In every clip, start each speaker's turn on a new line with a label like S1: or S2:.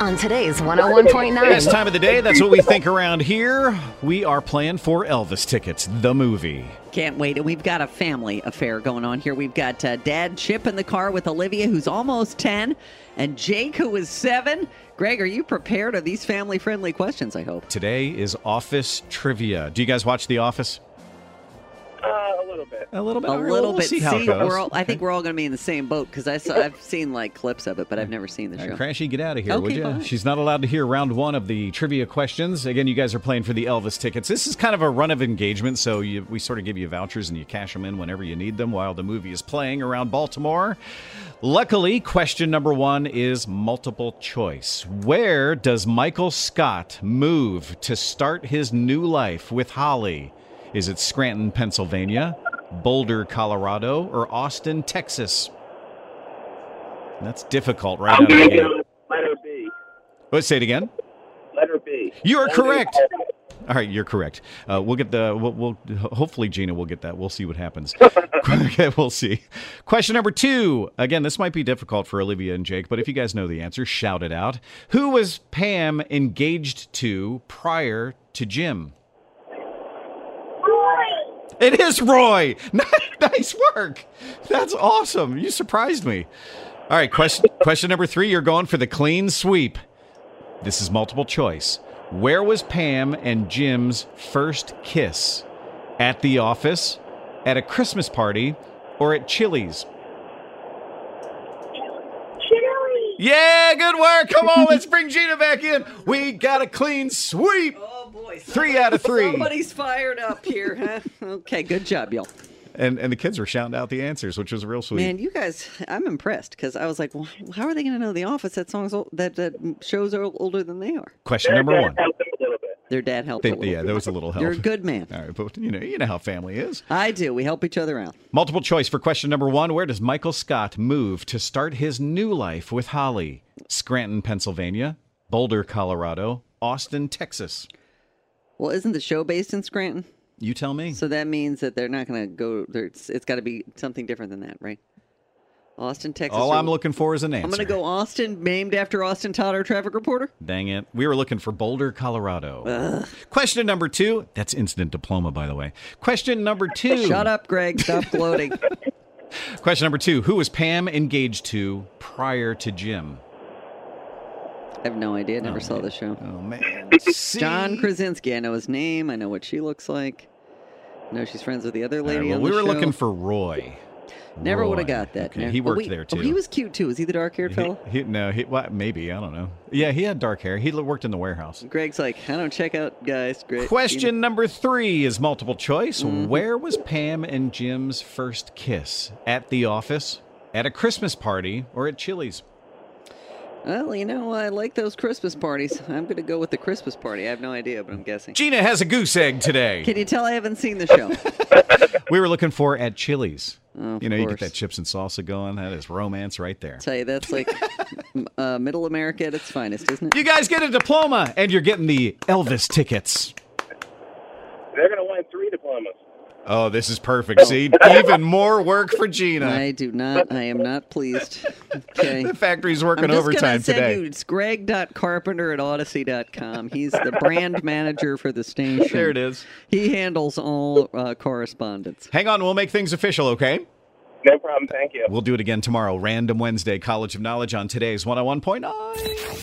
S1: On today's 101.9.
S2: This time of the day, that's what we think around here. We are playing for Elvis tickets, the movie.
S3: Can't wait. And we've got a family affair going on here. We've got uh, Dad Chip in the car with Olivia, who's almost 10, and Jake, who is 7. Greg, are you prepared? Are these family friendly questions? I hope.
S2: Today is office trivia. Do you guys watch The Office?
S4: Uh, a little bit.
S2: A little bit.
S3: A
S2: All right,
S3: little
S2: we'll
S3: bit.
S2: See, how it goes.
S3: we're all, I think we're all going to be in the same boat because I saw, I've seen like clips of it, but I've never seen the
S2: All right,
S3: show.
S2: Crashy, get out of here, would
S3: Okay,
S2: you?
S3: bye.
S2: She's not allowed to hear round one of the trivia questions. Again, you guys are playing for the Elvis tickets. This is kind of a run of engagement, so you, we sort of give you vouchers and you cash them in whenever you need them while the movie is playing around Baltimore. Luckily, question number one is multiple choice. Where does Michael Scott move to start his new life with Holly? Is it Scranton, Pennsylvania, Boulder, Colorado, or Austin, Texas? That's difficult, right?
S4: I'm
S2: out of the
S4: going to
S2: gate.
S4: go with letter B.
S2: Let's say it again.
S4: Letter B.
S2: You are
S4: Letter
S2: correct.
S4: B.
S2: All right, you're correct. Uh, we'll get the. We'll, we'll hopefully Gina will get that. We'll see what happens. okay, we'll see. Question number two. Again, this might be difficult for Olivia and Jake, but if you guys know the answer, shout it out. Who was Pam engaged to prior to Jim? It is Roy. nice work. That's awesome. You surprised me. All right, question question number three. You're going for the clean sweep. This is multiple choice. Where was Pam and Jim's first kiss? At the office, at a Christmas party, or at Chili's? Yeah, good work. Come on, let's bring Gina back in. We got a clean sweep.
S3: Oh, boy.
S2: Three out of three.
S3: Somebody's fired up here, huh? okay, good job, y'all.
S2: And and the kids were shouting out the answers, which was real sweet.
S3: Man, you guys, I'm impressed because I was like, well, how are they going to know The Office? That song's old, that that shows are older than they are.
S2: Question number one.
S4: Help them a little bit.
S3: Their dad helped.
S2: They-
S3: a little
S2: yeah,
S3: bit.
S2: there was a little help.
S3: You're a good man.
S2: All right, but you know, you know how family is.
S3: I do. We help each other out.
S2: Multiple choice for question number one. Where does Michael Scott move to start his new life with Holly? Scranton, Pennsylvania, Boulder, Colorado, Austin, Texas.
S3: Well, isn't the show based in Scranton?
S2: You tell me.
S3: So that means that they're not going to go. there- It's, it's got to be something different than that, right? Austin, Texas.
S2: All
S3: or-
S2: I'm looking for is an answer.
S3: I'm going to go Austin, named after Austin Todd, our traffic reporter.
S2: Dang it. We were looking for Boulder, Colorado. Question number two. That's instant diploma, by the way. Question number two.
S3: Shut up, Greg. Stop gloating.
S2: Question number two. Who was Pam engaged to prior to Jim?
S3: I have no idea. Never saw the show.
S2: Oh, man. See?
S3: John Krasinski. I know his name. I know what she looks like. I know she's friends with the other
S2: All right,
S3: lady.
S2: well,
S3: on
S2: we
S3: the
S2: were
S3: show.
S2: looking for Roy.
S3: Never would have
S2: Roy.
S3: got that.
S2: Okay,
S3: Never-
S2: He
S3: oh,
S2: worked
S3: wait.
S2: there
S3: Oh,
S2: too.
S3: he was cute too. Is he the dark-haired fellow?
S2: He, no, he, well, maybe I don't know. Yeah, he had dark hair. He l- worked in the warehouse.
S3: Greg's like, I don't check out guys. Greg.
S2: Question number three is multiple choice.
S3: Mm-hmm.
S2: Where was Pam and Jim's first kiss? At the office, at a Christmas party, or at Chili's?
S3: Well, you know, I like those Christmas parties. I'm going to go with the Christmas party. I have no idea, but I'm guessing.
S2: Gina has a goose egg today.
S3: Can you tell I haven't seen the show?
S2: We were looking for at Chili's.
S3: Of
S2: you know, you get
S3: course.
S2: that chips and salsa going. That is romance right there.
S3: tell you that's like m- uh, Middle America at its finest, isn't it?
S2: You guys get a diploma, and you're getting the Elvis tickets.
S4: They're going to win three diplomas.
S2: Oh, this is perfect. See, even more work for Gina.
S3: I do not. I am not pleased. Okay.
S2: The factory's working
S3: I'm just
S2: overtime
S3: gonna send
S2: today.
S3: You, it's greg.carpenter at odyssey.com. He's the brand manager for the station.
S2: There it is.
S3: He handles all uh, correspondence.
S2: Hang on, we'll make things official, okay?
S4: No problem. Thank you.
S2: We'll do it again tomorrow. Random Wednesday, College of Knowledge on today's 101.9.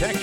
S5: Protect